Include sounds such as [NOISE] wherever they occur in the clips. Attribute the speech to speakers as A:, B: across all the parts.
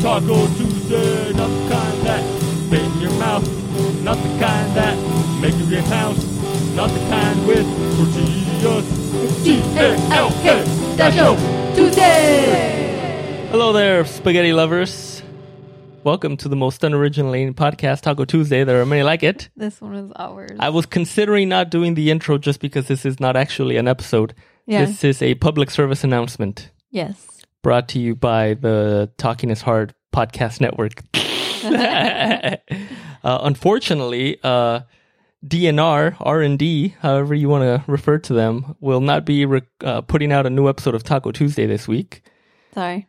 A: Taco Tuesday, not the kind that spit in your mouth, not the kind that make you get pounced, not the kind with tortillas. T-A-L-K, that show.
B: Tuesday.
C: Hello there, spaghetti lovers. Welcome to the most unoriginal Lane podcast, Taco Tuesday. There are many like it.
B: This one is ours.
C: I was considering not doing the intro just because this is not actually an episode.
B: Yeah.
C: This is a public service announcement
B: yes.
C: brought to you by the Talking is Hard
B: [LAUGHS]
C: podcast network. [LAUGHS] uh, unfortunately, uh, DNR, R&D, however you want to refer to them, will not be re- uh, putting out a new episode of Taco Tuesday this week.
B: Sorry.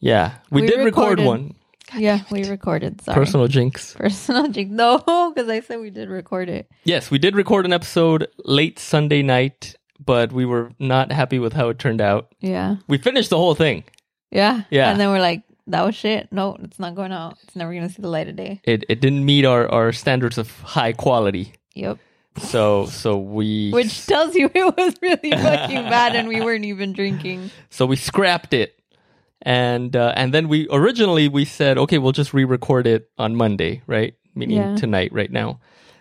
C: Yeah, we,
B: We
C: did record
B: recorded.
C: one.
B: yeah, we recorded. Sorry.
C: Personal jinx.
B: Personal [LAUGHS] jinx. No, because I said we did record it.
C: Yes, we did record an episode late Sunday night, but we were not happy with how it turned out.
B: Yeah.
C: We finished the whole thing.
B: Yeah.
C: Yeah.
B: And then we're like, that was shit. No, it's not going out. It's never going to see the light of day.
C: It it didn't meet our, our standards of high quality.
B: Yep.
C: So so we
B: Which tells you [LAUGHS] it was
C: [LAUGHS]
B: really fucking bad and we weren't even drinking.
C: so we scrapped it. And uh, and then we originally we said, okay, we'll just re-record it on Monday, right? Meaning
B: Yeah.
C: tonight right now.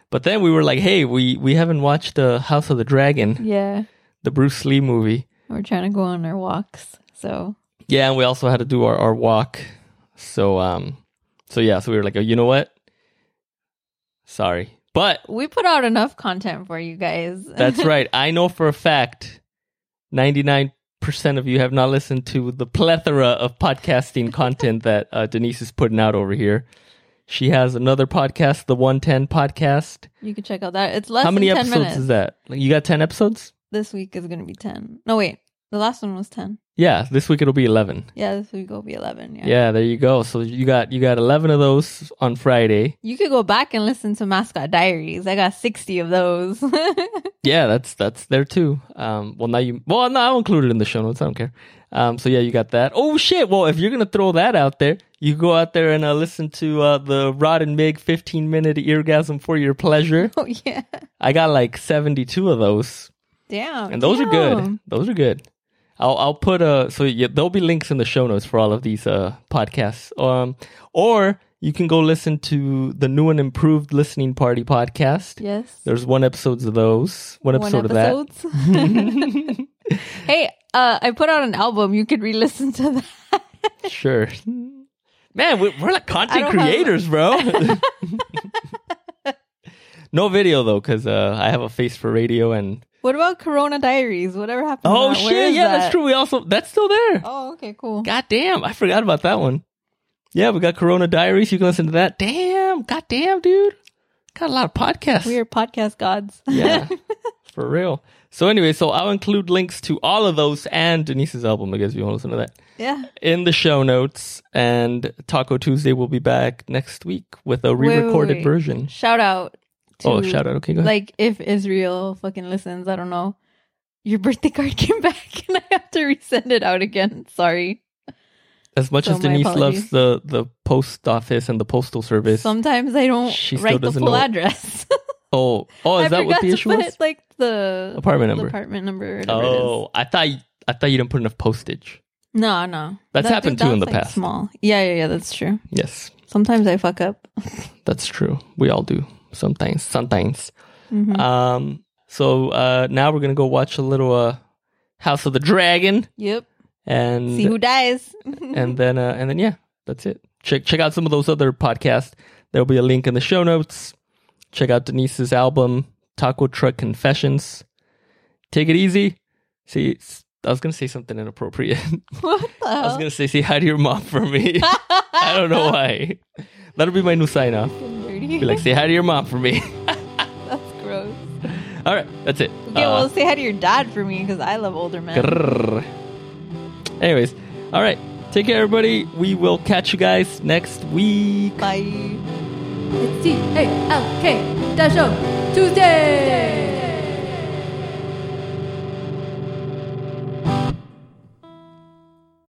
C: But then we were like, hey, we we haven't watched the House of the Dragon,
B: Yeah.
C: the Bruce Lee movie.
B: We're trying to go on our walks. So,
C: Yeah, and we also had to do our, our walk. So um so yeah, so we were like, oh, you know what? Sorry. But
B: we put out enough content for you guys.
C: that's
B: [LAUGHS]
C: right. I know for a fact 99% of you have not listened to the plethora
B: [LAUGHS]
C: of podcasting content that uh, Denise is putting out over here. She has another podcast, the 110 podcast.
B: you can check out that. It's less
C: How many
B: than 10
C: episodes
B: minutes.
C: is that? Like, You got 10 episodes?
B: this week is going to be 10. No, wait. The last one was 10.
C: Yeah, this week it'll be 11.
B: Yeah, this week will be 11. Yeah.
C: Yeah, there you go. So you got you got 11 of those on Friday.
B: You could go back and listen to Mascot Diaries. I got 60 of those. [LAUGHS]
C: Yeah, that's that's there too. Um, well, now you. Well, no, I'll include it in the show notes. I don't care. Um, so yeah, you got that. Oh shit! Well, if you're gonna throw that out there, you go out there and uh, listen to uh, the Rod and Mig 15 minute eargasm for your pleasure.
B: oh, yeah.
C: I got like 72 of those,
B: Damn.
C: and those are
B: damn.
C: good. Those are good. I'll I'll put uh so yeah, there'll be links in the show notes for all of these uh podcasts. Um, or you can go listen to the new and improved Listening Party podcast.
B: Yes.
C: There's one episodes of those, one episode of that.
B: episodes. [LAUGHS] hey, uh, I put out an album. You could re listen to that. [LAUGHS]
C: Sure. Man, we- we're like content
B: I don't have- [LAUGHS]
C: creators, bro. no video though, because uh, I have a face for radio and
B: What about Corona Diaries? Whatever happened? to
C: oh
B: that? Where
C: shit,
B: is
C: yeah,
B: that?
C: that's true. We also that's still there.
B: Oh, okay, cool.
C: God damn, I forgot about that one. Yeah, we got Corona Diaries. You can listen to that. Damn, god damn, dude, got a lot of podcasts.
B: We are podcast gods.
C: [LAUGHS] Yeah, for real. So anyway, so I'll include links to all of those and Denise's album. I guess if you want to listen to that.
B: [LAUGHS] yeah.
C: in the show notes. And Taco Tuesday will be back next week with a
B: Wait, wait,
C: re-recorded
B: wait.
C: version.
B: Shout out. To,
C: oh, shout out! Okay, go ahead.
B: Like, if Israel fucking listens, I don't know. Your birthday card [LAUGHS] came back and I have to resend it out again. Sorry.
C: as much
B: so
C: as
B: my
C: Denise loves
B: apologies.
C: the the post office and the postal service.
B: Sometimes I don't
C: She still
B: write the
C: doesn't
B: full
C: know-
B: address. [LAUGHS]
C: oh, oh,
B: I
C: is that
B: forgot
C: what the
B: to
C: issue
B: put
C: was?
B: like the
C: Apartment number.
B: apartment number. or whatever it is.
C: Oh, I thought you, I thought you didn't put enough postage.
B: no, no,
C: That's
B: That-
C: happened
B: dude,
C: too in
B: that's,
C: the
B: like,
C: past.
B: Small. Yeah, yeah, yeah. That's true.
C: Yes,
B: Sometimes I fuck up. [LAUGHS]
C: that's true. We all do sometimes. Sometimes.
B: Mhm.
C: Um. So uh, now we're gonna go watch a little uh, House of the Dragon
B: Yep.
C: and
B: See who dies. [LAUGHS]
C: and then uh, and then yeah, that's it. Check check out some of those other podcasts. There'll be a link in the show notes. Check out Denise's album, Taco Truck Confessions. Take it easy. See, it's- I was gonna say something inappropriate. [LAUGHS]
B: what the
C: I was
B: hell?
C: gonna say, say hi to your mom for me. [LAUGHS] I don't know why. That'll be my new sign off.
B: Dirty.
C: Be like, say hi to your mom for me. [LAUGHS]
B: that's gross.
C: All right, that's it.
B: Okay,
C: Uh,
B: well, say hi to your dad for me because I love older men.
C: Grrr. Anyways, all right. Take care, everybody. We will catch you guys next week.
B: Bye.
D: It's T A L K Dash O Tuesday.